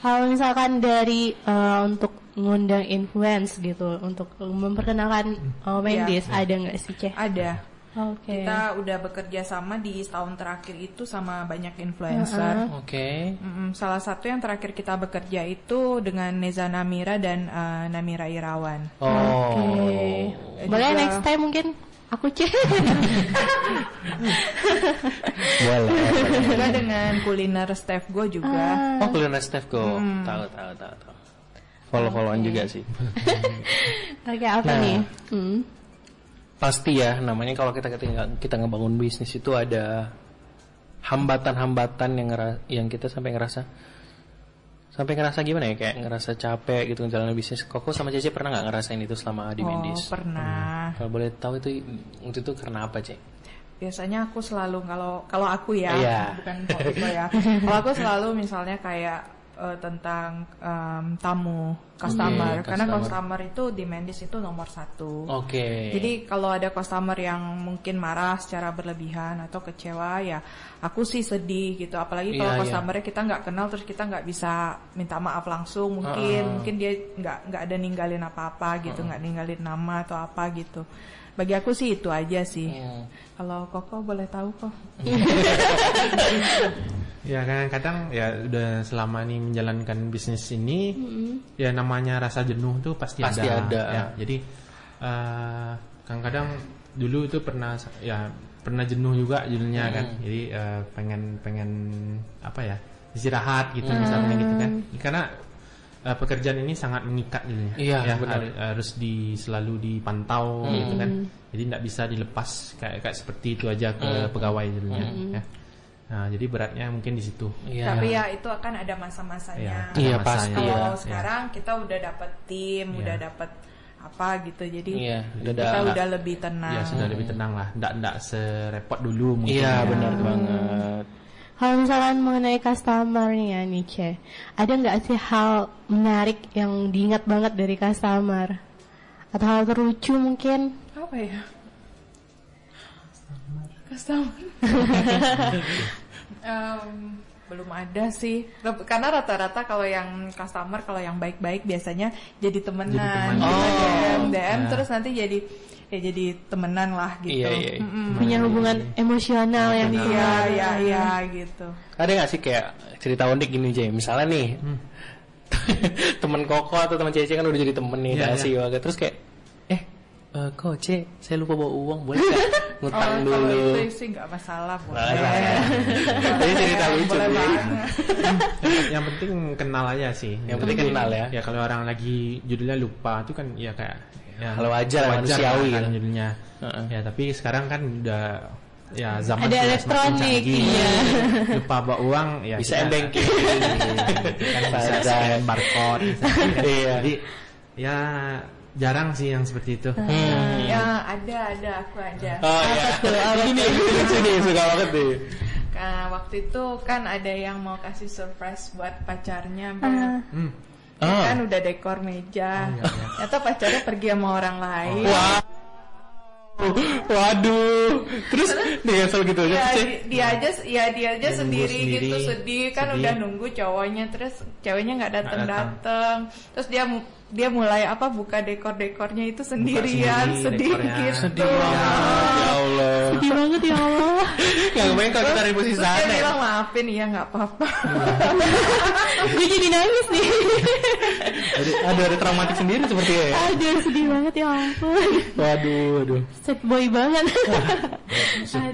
Kalau misalkan dari eh, untuk ngundang influence gitu untuk memperkenalkan eh, Mendes ada nggak sih Ceh?
Ada.
Oke.
Kita udah bekerja sama di tahun terakhir itu sama banyak
Uh-huh.
influencer.
Oke.
Mm-mm. Salah satu yang terakhir kita bekerja itu dengan Neza Namira dan uh, Namira Irawan.
Oh.
Oke. Boleh
Juga-
next time mungkin aku cek.
Boleh.
juga dengan kuliner staff gue juga.
Oh, kuliner Steph go.
Hmm.
Tahu, tahu, tahu, tahu. Follow-followan juga sih.
Oke, apa
Nah.
nih? Hmm.
Pasti ya, namanya kalau kita ketinggal- kita ngebangun bisnis itu ada hambatan-hambatan yang ngera- yang kita sampai ngerasa sampai ngerasa gimana ya kayak ngerasa capek gitu ngejalanin bisnis. Koko sama Cece pernah nggak ngerasain itu selama di
Oh,
Mendis?
pernah.
Kalau boleh tahu itu waktu itu karena apa, Cek?
biasanya aku selalu kalau kalau aku ya
Iya.
bukan kalau aku ya kalau aku selalu misalnya kayak eh, tentang em, tamu
Oke,
customer karena
customer.
customer itu demandis itu nomor satu
Oke.
jadi kalau ada customer yang mungkin marah secara berlebihan atau kecewa ya aku sih sedih gitu. Apalagi
Iya,
kalau
iya.
customernya kita nggak kenal terus kita nggak bisa minta maaf langsung mungkin mungkin dia nggak nggak ada ninggalin apa-apa gitu nggak ninggalin nama atau apa gitu. Bagi aku sih itu aja sih.
Hmm.
Kalau Koko boleh tahu kok.
Ya kadang-kadang ya udah selama ini menjalankan bisnis ini ya namanya rasa jenuh tuh pasti,
Pasti ada.
Ya, jadi eh, kadang-kadang dulu itu pernah ya pernah jenuh juga judulnya kan. Jadi eh, pengen pengen apa ya istirahat gitu misalnya gitu kan. Karena eh, pekerjaan ini sangat mengikat judulnya.
Iya,
ya,
benar.
har- harus di selalu dipantau
Hmm.
gitu kan. Jadi nggak bisa dilepas kayak kayak seperti itu aja ke
Hmm.
pegawai judulnya. Ya. Nah, jadi beratnya mungkin di situ.
Iya.
Tapi ya itu akan ada masa-masanya.
Iya,
Sama
pasti
saya.
ya.
Kalau sekarang kita udah dapet tim, udah dapet apa gitu. Jadi
Iya, udah
kita
ada-
udah lebih tenang.
Ah.
Ya sudah lebih tenang lah, ndak ndak serepot dulu mungkin.
Iya
ya.
benar banget.
Kalau misalkan mengenai customer nih ya nih Ce, ada nggak sih hal menarik yang diingat banget dari customer? Atau hal terlucu mungkin?
apa ya customer Em, belum ada sih Rep- karena rata-rata kalau yang customer kalau yang baik-baik biasanya jadi temenan
teman.
Kita
Oh.
DM, DM terus nanti jadi ya jadi temenan lah gitu
Iya iya. iya. Nah,
Punya hubungan emosional ya, yang
iya iya iya, gitu
Ada nggak sih kayak cerita unik gini Jay? Misalnya nih
Hmm.
temen Koko atau temen Cece kan udah jadi temen nih
Iya,
kasih banget. Terus kayak eh eh, kok Ce, saya lupa bawa uang boleh nggak ngutang
oh kalau
dulu?
itu sih nggak masalah boleh
Boleh lah ya. Jadi cerita lucu
boleh
nih.
banget
Yang, yang penting kenal aja sih.
Yang penting kenal ya.
Ya kalau orang lagi judulnya lupa itu kan ya kayak ya,
Hal wajar, manusiawi
kan,
gitu.
judulnya.
Heeh.
Ya tapi sekarang kan udah ya
Ada
zaman sudah semakin
elektronik,
canggih.
iya.
Lupa bawa uang ya
Bisa
kita-
m-banking.
Iya, kan bisa
Saja.
scan barcode. bisa scan.
Iya.
Jadi ya jarang sih yang seperti itu.
Hmm.
ya ada ada aku ada
Oh iya. Ini ini lucu nih suka banget nih.
Nah, waktu itu kan ada yang mau kasih surprise buat pacarnya Beb.
Hmm.
Dia
Ah.
kan udah dekor meja
iya, iya.
atau pacarnya pergi sama orang lain
Wah. Waduh. Terus nih kesel gitu
Ya,
aja Ce.
di- dia aja ya dia aja
Dia nunggu
sendiri,
sendiri,
gitu sedih kan
sedih.
udah nunggu cowoknya terus ceweknya nggak datang
datang.
datang terus dia mu- dia mulai apa buka dekor dekornya itu sendirian sedih
sendiri dekornya.
gitu
Sedih banget. Ya Allah.
sedih banget ya Allah.
Gak kebayang kalau kita dari posisi
terus dia
sana ya.
bilang maafin iya nggak apa-apa
Iya. Gue jadi nangis nih.
Jadi ada ada traumatik sendiri seperti
"Ah,
ya.
Aduh sedih banget ya ampun.
Waduh, waduh.
Sad boy banget.
Nah.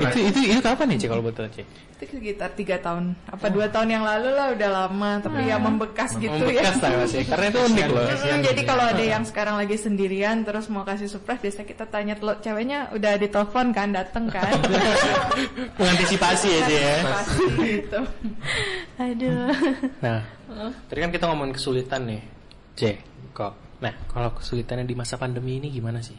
Itu itu itu kapan nih, Cek kalau betul, Cek?
itu sekitar tiga tahun apa dua tahun yang lalu lah udah lama tapi ya membekas gitu ya
Ah. Membekas lah gitu ya. masih. Karena itu unik loh.
Mm, jadi kalau ada yang
Ah.
sekarang lagi sendirian terus mau kasih surprise biasa kita tanya lo ceweknya udah ditelepon kan dateng kan
Mengantisipasi ya, Cek ya.
pasti gitu
Aduh.
Nah, tadi kan kita ngomongin kesulitan nih, Cek. Kok. Nah, kalau kesulitannya di masa pandemi ini gimana sih?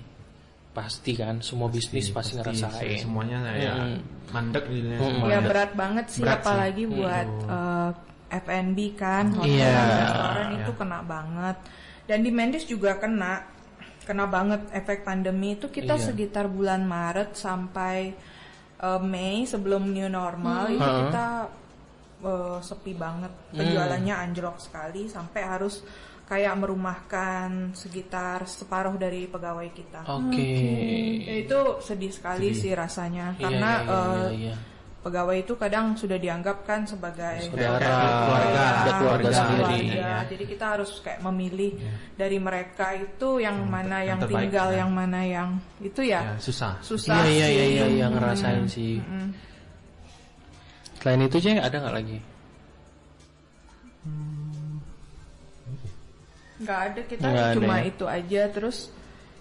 Pasti kan, semua bisnis pasti, ngerasain.
semuanya ya
Mm.
mandek judulnya
Mm.
semua.
ya berat banget sih
Berat sih.
apalagi buat eh, F&B kan hotel
Iya.
restoran itu kena banget dan di Mendes juga kena kena banget efek pandemi itu
Iya.
kita sekitar bulan Maret sampai eh, Mei sebelum new
Hmm.
normal itu kita eh, sepi banget penjualannya anjlok sekali sampai harus kayak merumahkan sekitar separuh dari pegawai kita
Oke.
Ya, itu sedih sekali sih rasanya
Iya,
karena
iya, iya,
eh,
iya, iya.
pegawai itu kadang sudah dianggap kan sebagai
Saudara,
keluarga,
ada keluarga
keluarga. ya,
sendiri. Iya.
keluarga. Iya, Jadi kita harus kayak memilih dari mereka itu yang mana yang,
terbaik,
tinggal,
ya.
yang mana yang itu ya,
Ya, susah.
Iya
susah.
iya iya
sih.
iya iya, ngerasain sih. Selain itu Ceng, ada nggak lagi?
nggak ada kita
Nggak ada
cuma
ya.
itu aja terus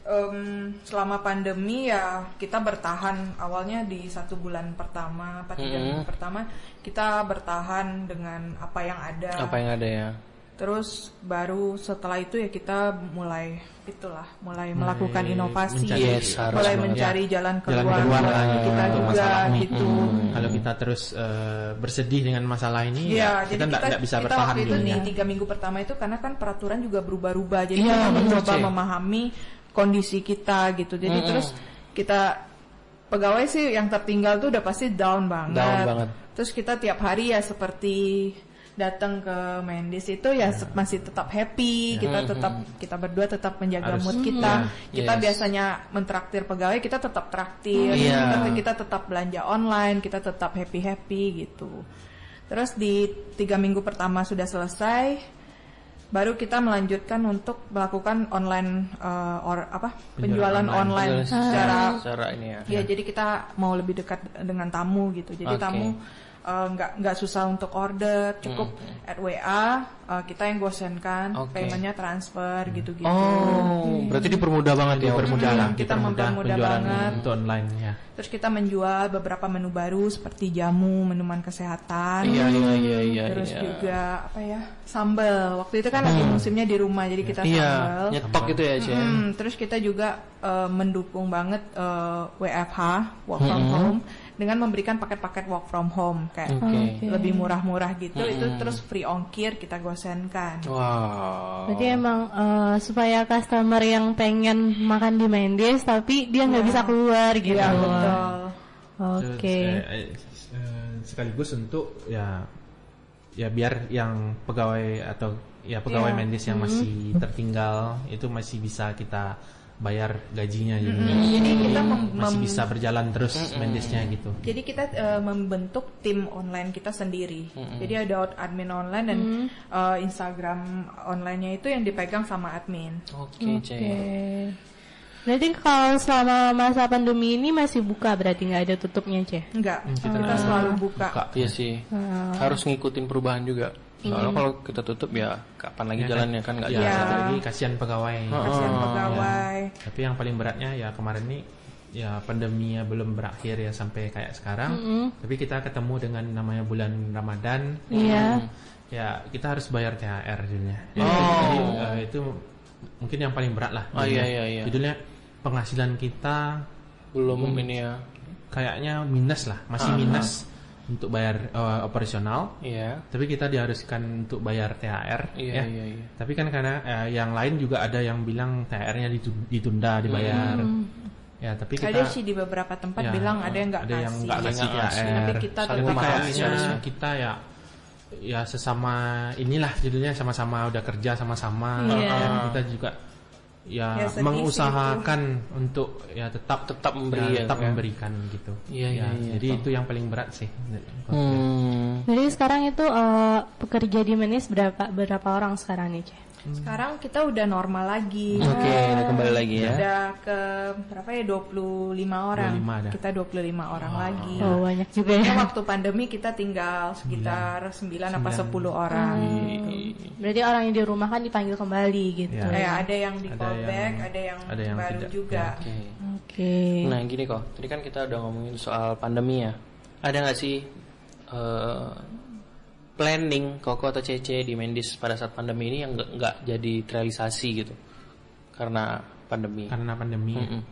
em, selama pandemi ya kita bertahan awalnya di satu bulan pertama apa tiga
Mm-mm.
minggu pertama kita bertahan dengan apa yang ada
Apa yang ada ya?
Terus baru setelah itu ya kita mulai itulah mulai melakukan inovasi,
mencari-
Yes, harus
mulai
banget.
mencari jalan
Jalan
keluar,
keluar lah,
dari kita
untuk
juga
masalah hmm, ini.
gitu.
Kalau kita terus eh, bersedih dengan masalah ini,
Iya,
ya, kita nggak nggak bisa
kita
bertahan
waktu itu
dulunya.
nih tiga minggu pertama itu karena kan peraturan juga berubah-ubah, jadi
Iya,
kita
betul,
mencoba
Ci.
memahami kondisi kita gitu. Jadi
Mm-mm.
terus kita pegawai sih yang tertinggal tuh udah pasti down banget.
Down banget.
Terus kita tiap hari ya seperti datang ke Mendes itu ya se- masih tetap happy, kita tetap kita berdua tetap menjaga
Harus,
mood kita.
iya.
Kita
Yes.
biasanya mentraktir pegawai, kita tetap traktir.
Iya.
Kita- kita tetap belanja online, kita tetap happy-happy gitu. Terus di tiga minggu pertama sudah selesai, baru kita melanjutkan untuk melakukan online eh, or- apa penjualan, online, secara
secara ini ya.
ya jadi kita mau lebih dekat dengan tamu gitu. Jadi
Oke.
tamu eh, nggak nggak susah untuk order, cukup at WA eh, kita yang gosenkan,
Hmm, Oke. Hmm.
paymentnya transfer gitu-gitu.
Oh, berarti dipermudah banget ya.
Iya, Dipermudah lah,
kita
dipermudah
mempermudah
penjualan
banget.
untuk online ya.
Terus kita menjual beberapa menu baru seperti jamu, minuman kesehatan.
Iya, iya, iya, iya.
Terus
iya. Hmm.
juga apa ya sambal. Waktu itu kan lagi musimnya di rumah, jadi kita
Iya,
sambal.
nyetok gitu ya, Cie.
Mm, terus kita juga eh, mendukung banget eh, WFH work from home dengan memberikan paket-paket work from home kayak
Oke.
lebih murah-murah gitu. Itu terus free ongkir kita gosenkan.
Wow.
Berarti emang eh, supaya customer yang pengen makan di Mendes tapi dia nggak bisa keluar gitu.
Iya betul.
Oke.
Terus, eh, eh, eh, sekaligus untuk ya ya biar yang pegawai atau ya pegawai Mendes yang masih tertinggal itu masih bisa kita bayar gajinya gitu.
Eh, Jadi kita mem-
masih
Mm-hmm. mem-
bisa berjalan terus Mendesnya gitu.
Jadi kita eh, membentuk tim online kita sendiri. Jadi ada admin online dan eh, Instagram onlinenya itu yang dipegang sama admin.
Oke, Cie.
Oke. Berarti kalau selama masa pandemi ini masih buka berarti nggak ada tutupnya, Ceh?
Enggak, kita selalu buka.
Buka.
Iya sih. Harus ngikutin perubahan juga. Soalnya kalau kita tutup ya kapan lagi jalannya kan nggak
Ya,
jalan.
satu lagi kasihan pegawai.
Kasihan pegawai.
Tapi yang paling beratnya ya kemarin nih ya pandeminya belum berakhir ya sampai kayak sekarang. Tapi kita ketemu dengan namanya bulan Ramadan.
Iya.
Hmm.
Ya kita harus bayar THR judulnya. Ya, jadi, eh, itu mungkin yang paling berat lah.
Oh, iya, iya, iya.
Judulnya penghasilan kita
Belum ini ya.
kayaknya minus lah, masih
Ah.
minus untuk bayar eh, operasional.
Iya.
Tapi kita diharuskan untuk bayar THR
Iya,
ya.
iya, iya.
Tapi kan karena eh, yang lain juga ada yang bilang THR-nya ditu- ditunda dibayar.
Hmm.
Ya, tapi kita
Ada sih di beberapa tempat
ya,
bilang ada yang nggak
ada yang
kasih.
nggak kasih
Iya, Nggak kasih.
THR.
Tapi kita
Saling
tetap
memahami
harusnya-
sih
Harusnya kita ya ya sesama inilah judulnya sama-sama udah kerja sama-sama. Ya, kita juga ya,
Iya. Ya, sedih sih
mengusahakan untuk ya tetap
Tetap memberi ya,
ya, tetap
kan?
memberikan gitu.
Iya, iya, iya,
jadi itu yang paling berat sih.
Hmm.
Jadi sekarang itu eh, pekerja di Mendes berapa berapa orang sekarang nih, Ceh?
Sekarang kita udah normal lagi.
Oke, kembali lagi Hmm. ya.
Udah ke berapa ya 25 orang.
25 ada.
Kita 25 orang lagi.
Oh, banyak juga ya.
Karena waktu pandemi kita tinggal sekitar 9 apa 10 orang.
Iya.
Berarti orang yang dirumahkan dipanggil kembali gitu.
Ya.
Iya.
Eh, ada yang di
Ada
callback,
yang-
ada yang,
ada yang
baru
tidak.
juga.
Oke.
Oke.
Nah gini kok, tadi kan kita udah ngomongin soal pandemi ya. Ada nggak sih eh, planning Koko atau Cece di Mendis pada saat pandemi ini yang nggak- nggak jadi terrealisasi gitu karena pandemi?
Karena pandemi.
Mm-mm.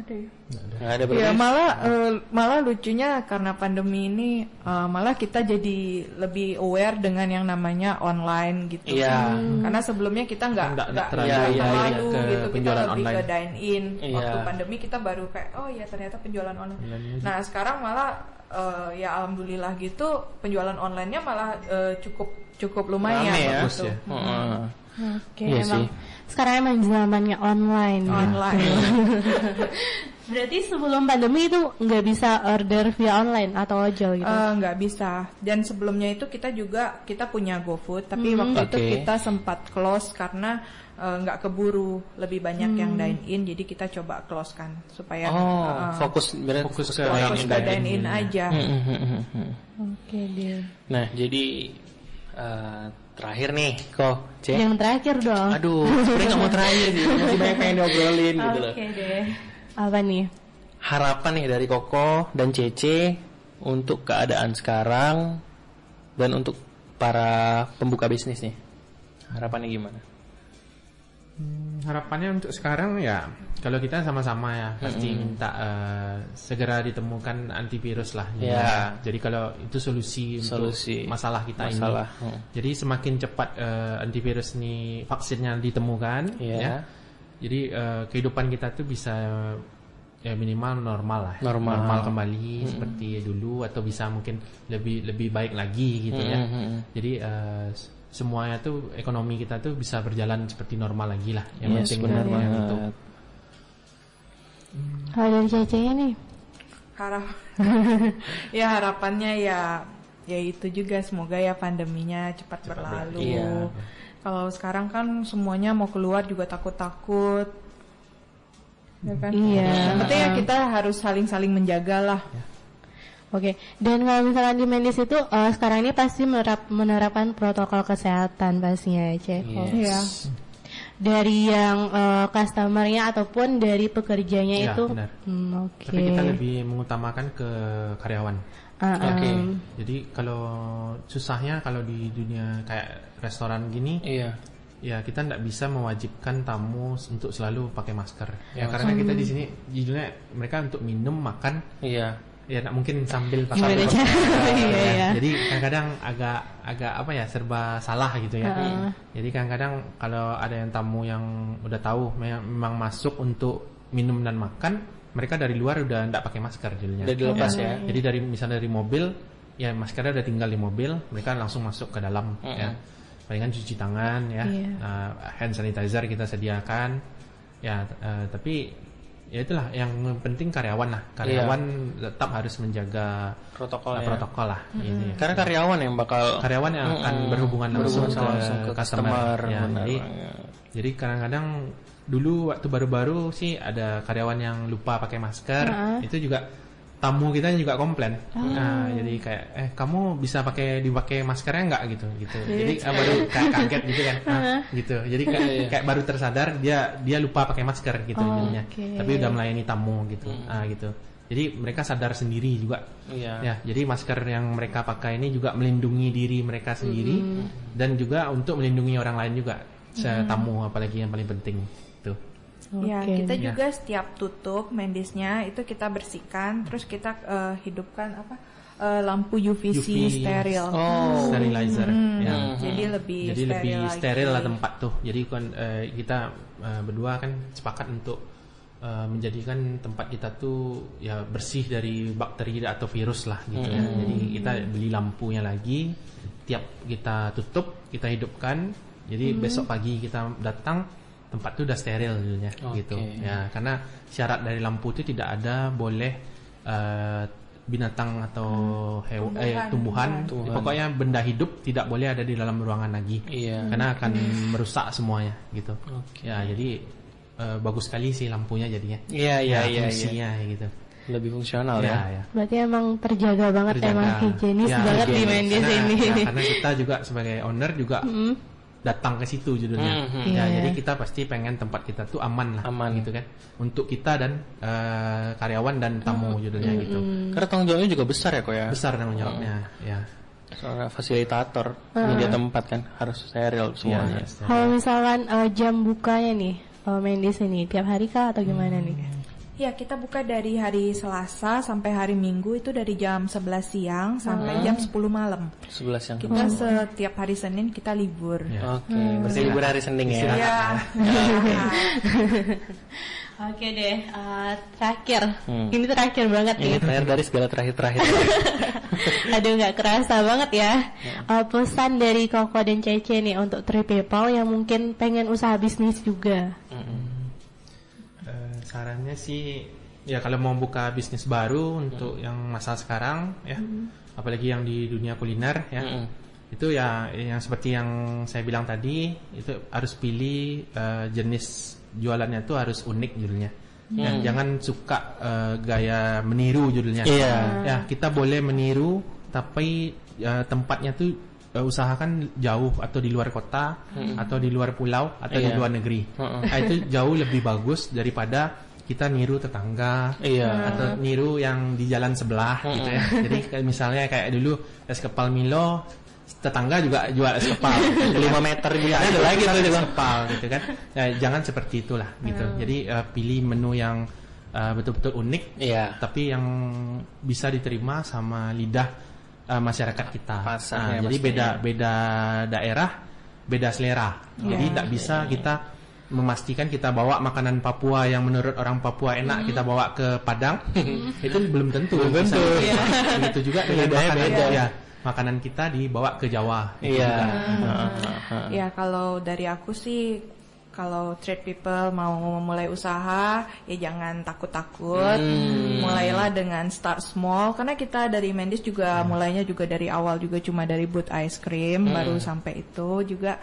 Ada ya.
Nggak ada
Ya
berarti?
malah eh, malah lucunya karena pandemi ini eh, malah kita jadi lebih aware dengan yang namanya online gitu.
Iya.
Karena sebelumnya kita nggak
Hmm. Nggak- nggak
nggak
terlalu
nggak
iya, iya,
terlalu
ke
gitu kita
penjualan
lebih ke
online.
dine in.
Iya.
Waktu pandemi kita baru kayak oh ya ternyata penjualan online. Nah sekarang malah eh, ya alhamdulillah gitu penjualan onlinenya malah eh, cukup cukup lumayan
Rame ya.
gitu.
Bagus ya.
Heeh.
Oke,
Iya
emang
sih. Iya.
sekarang emang zamannya online. ya.
Iya.
Online.
Berarti sebelum pandemi itu nggak bisa order via online atau ojol gitu.
Eh, nggak bisa dan sebelumnya itu kita juga kita punya GoFood
Hmm.
tapi waktu itu
Oke.
kita sempat close karena eh, nggak keburu lebih banyak yang
Hmm.
dine in jadi kita coba close kan supaya
Oh,
eh,
fokus berarti fokus ke
fokus ke dine in aja
Hmm.
Oke, deh.
Nah jadi eh, terakhir nih kok Cece.
Iya.
Yang terakhir dong.
Aduh, sebenarnya nggak mau terakhir sih, masih banyak pengen diobrolin gitu loh.
Oke deh. Apa nih?
harapan nih dari Koko dan Cece untuk keadaan sekarang dan untuk para pembuka bisnis nih harapannya gimana?
Hmm, harapannya untuk sekarang ya kalau kita sama-sama ya pasti minta eh, segera ditemukan antivirus lah ya.
Ya.
Jadi kalau itu solusi,
Solusi.
untuk masalah kita
Masalah.
ini.
Hmm.
Jadi semakin cepat eh, antivirus ini vaksinnya ditemukan
Iya.
ya. Jadi eh, kehidupan kita tuh bisa ya minimal normal lah.
Normal.
kembali seperti dulu atau bisa mungkin lebih lebih baik lagi gitu ya.
Mm-mm, mm-mm.
Jadi eh, s- semuanya tuh ekonomi kita tuh bisa berjalan seperti normal lagi lah. Yang
Yes,
penting
benar
yang
banget.
itu.
Kalau dari Cece-nya nih.
harap ya harapannya ya ya itu juga semoga ya pandeminya cepat, berlalu
berlalu. Iya.
kalau sekarang kan semuanya mau keluar juga takut-takut ya kan
Iya.
Yang penting ya kita harus saling-saling menjagalah
Oke, dan kalau misalkan di Mendis itu eh, sekarang ini pasti menerap- menerapkan protokol kesehatan pastinya ya, Cek.
Yes.
Iya.
Dari yang eh, customernya ataupun dari pekerjanya
Iya,
itu.
benar.
Hmm, Oke.
Tapi kita lebih mengutamakan ke karyawan.
Ah, ah.
Oke.
Um. Jadi kalau susahnya kalau di dunia kayak restoran gini,
Iya.
ya kita nggak bisa mewajibkan tamu untuk selalu pakai masker. Ya, karena kita di sini judulnya mereka untuk minum, makan,
Iya.
ya nggak mungkin sambil pakai
Gimana
masker.
cara?
Ya,
Iya, iya.
Jadi kadang-kadang agak agak apa ya serba salah gitu ya. Jadi kadang-kadang kalau ada yang tamu yang udah tahu me- memang masuk untuk minum dan makan, mereka dari luar udah nggak pakai masker jadinya.
Udah dilepas ya.
Jadi dari misalnya dari mobil, ya maskernya udah tinggal di mobil, mereka langsung masuk ke dalam ya. Palingan cuci tangan ya,
Iya.
Nah, hand sanitizer kita sediakan. Ya, t- eh, tapi ya itulah yang penting karyawan lah. Karyawan
Iya.
tetap harus menjaga
Protokol
eh,
ya.
protokol lah. Ini.
Karena kan- karyawan yang bakal
Karyawan yang akan berhubungan
berhubungan
langsung, ke,
langsung ke
customer.
customer,
Ya,
benar.
jadi,
Ya.
jadi kadang-kadang dulu waktu baru-baru sih ada karyawan yang lupa pakai masker, itu juga tamu kita juga komplain.
Oh.
Nah, jadi kayak eh kamu bisa pakai dipakai maskernya nggak gitu gitu.
Iya,
Jadi eh, baru kayak kaget gitu kan. Hah? gitu. Jadi kayak, kayak baru tersadar dia dia lupa pakai masker
Oh,
gitu jadinya. Tapi udah melayani tamu gitu. Ah gitu. Jadi mereka sadar sendiri juga.
Iya.
Ya, jadi masker yang mereka pakai ini juga melindungi diri mereka sendiri dan juga untuk melindungi orang lain juga. Se- Tamu apalagi yang paling penting itu.
Ya,
Oke.
kita juga setiap tutup mendesnya itu kita bersihkan, terus kita eh, hidupkan apa eh, lampu UVC,
UV.
steril.
Oh.
Sterilizer. Ya.
Hmm, Jadi lebih
Jadi
steril
lebih
lagi.
steril lah tempat tuh. Jadi kon- eh, kita eh, berdua kan sepakat untuk eh, menjadikan tempat kita tuh ya bersih dari bakteri atau virus lah gitu. ya. Jadi kita beli lampunya lagi, tiap kita tutup kita hidupkan. Jadi besok pagi kita datang tempat tuh udah steril dulunya
Oke.
gitu. Ya karena syarat dari lampu itu tidak ada boleh eh, binatang atau hewan eh, tumbuhan,
Tumbuhan.
pokoknya benda hidup tidak boleh ada di dalam ruangan lagi
Iya.
karena akan merusak semuanya gitu
Oke.
ya jadi eh, bagus sekali sih lampunya jadinya
Iya, iya,
Ya,
iya,
fungsinya gitu
Lebih fungsional
ya,
ya.
ya.
Berarti emang terjaga banget,
Terjaga.
emang higienis
Ya,
banget di
higienis.
Mendis
Karena-
ini.
ya, karena kita juga sebagai owner juga datang ke situ judulnya
Mhm.
ya
Iya.
jadi kita pasti pengen tempat kita tuh aman lah
Aman.
gitu kan untuk kita dan eh, karyawan dan
Hmm.
tamu judulnya gitu
Karena tanggung jawabnya juga besar ya kok ya.
besar tanggung jawabnya ya
Seorang fasilitator media tempat kan harus steril semuanya.
Ya.
Kalau misalkan eh, jam bukanya nih eh, Mendis ini tiap hari kah atau gimana nih?
Ya, kita buka dari hari Selasa sampai hari Minggu itu dari jam 11 siang sampai jam 10 malam.
Sebelas yang Iya.
Kita setiap hari Senin kita libur.
Ya.
Oke, berarti libur hari Senin
Iya.
ya.
Ya.
Oke deh, eh, terakhir.
Hmm.
Ini terakhir banget nih.
Ini terakhir dari segala terakhir-terakhir.
Aduh nggak kerasa banget ya. Eh, pesan dari Koko dan Cece nih untuk Tri People yang mungkin pengen usaha bisnis juga.
Eh, sarannya sih ya kalau mau buka bisnis baru untuk yang masa sekarang ya apalagi yang di dunia kuliner ya itu ya yang seperti yang saya bilang tadi itu harus pilih eh, jenis jualannya itu harus unik judulnya Ya, jangan suka eh, gaya meniru judulnya
Iya.
ya kita boleh meniru tapi eh, tempatnya tuh eh, usahakan jauh atau di luar kota atau di luar pulau atau di
Iya.
luar negeri
Heeh.
Nah, itu jauh lebih bagus daripada kita niru tetangga
Iya.
atau niru yang di jalan sebelah gitu ya. Jadi kayak misalnya kayak dulu es kepal Milo tetangga juga jual es kepal. Iya,
5 meter gitu. Iya. juga Mm. ada lagi tuh
es
Bang.
kepal gitu kan. Nah, jangan seperti itulah gitu. Jadi eh, pilih menu yang eh, betul-betul unik
Iya.
tapi yang bisa diterima sama lidah eh, masyarakat kita.
Pasarnya
Nah, jadi
pastinya.
beda beda daerah, beda selera.
Iya,
Jadi tidak bisa kita memastikan kita bawa makanan Papua yang menurut orang Papua enak kita bawa ke Padang itu belum tentu.
Hmm.
Belum
tentu. Iya.
Begitu juga dengan
Bedanya
makanan
beda.
ya, makanan kita dibawa ke Jawa. Itu
Iya.
juga.
Ya kalau dari aku sih kalau trade people mau memulai usaha ya jangan takut-takut. Mulailah dengan start small karena kita dari Mendis juga mulainya juga dari awal juga cuma dari booth ice cream baru sampai itu juga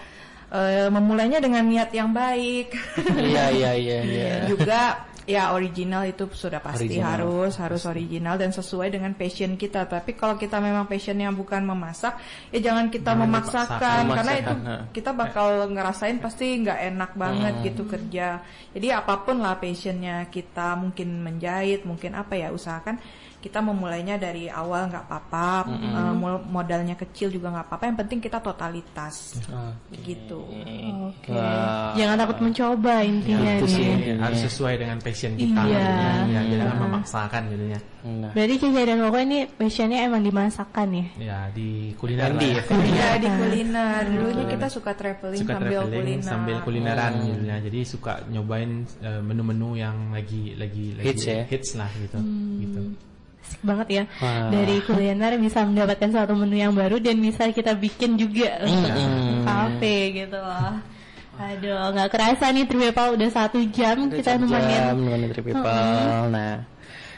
eh, memulainya dengan niat yang baik.
Iya iya iya iya.
juga ya original itu sudah pasti
Original.
harus harus original dan sesuai dengan passion kita tapi kalau kita memang passionnya bukan memasak ya jangan kita memaksakan
dipaksakan,
karena itu
memaksakan, Hmm. ha.
kita bakal ngerasain pasti nggak enak banget gitu kerja jadi apapun lah passionnya kita mungkin menjahit mungkin apa ya usahakan kita memulainya dari awal nggak apa-apa
Hmm.
eh, mul- modalnya kecil juga nggak apa-apa yang penting kita totalitas gitu
Oke. Jangan takut mencoba intinya
Itu sih.
nih.
harus sesuai dengan passion kita.
Iya.
jadinya. Ya, jangan memaksakan jadinya.
Nah.
Berarti Caca dan Koko ini passionnya emang dimasakan ya?
Ya di kuliner
Nanti
lah
ya.
ya.
Iya di kuliner. Dulunya kita suka traveling
suka
sambil
traveling
kuliner.
sambil kulineran gitu ya. Jadi suka nyobain eh, menu-menu yang lagi lagi lagi
Hits ya?
hits lah gitu. Gitu.
Asik banget ya.
Wah.
Dari kuliner bisa mendapatkan satu menu yang baru dan bisa kita bikin juga untuk kafe gitu loh. Aduh, nggak kerasa nih Tribepa udah satu jam kita
Jam, ya.
nemenin.
nemenin Tri People. Nah.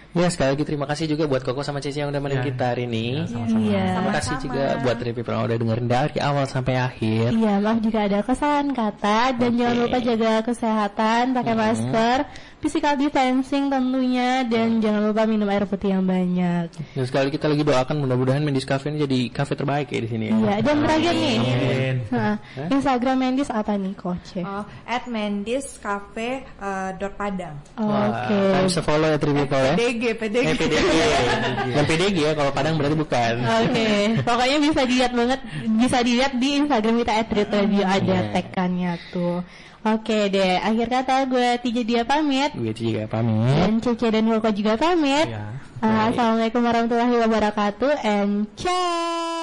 Ya sekali lagi terima kasih juga buat Koko sama Cici yang udah nemenin kita hari ini.
Iya.
Terima kasih juga buat Tri People yang udah dengerin dari awal sampai akhir.
Iya, maaf jika ada kesalahan kata dan jangan lupa jaga kesehatan, pakai masker, physical distancing tentunya dan jangan lupa minum air putih yang banyak.
Dan sekali kita lagi doakan mudah-mudahan Mendis Cafe ini jadi cafe terbaik ya di sini. ya.
Iya, dan terakhir nih.
Amin.
Nah, Instagram Mendis apa nih, Coach?
Oh, at Mendes Cafe eh, Dor Padang.
Oke.
Nah, bisa follow ya Tri People ya.
PDG, PDG.
Eh, PDG. Dan PDG ya kalau Padang berarti bukan.
Oke, pokoknya bisa dilihat banget, bisa dilihat di Instagram kita @radio ada tekannya tuh. Oke deh, akhir kata gue Tija dia pamit
Gue juga Iya, pamit.
dan Cece dan Koko juga pamit.
Ya.
Ah, Assalamualaikum warahmatullahi wabarakatuh and ciao.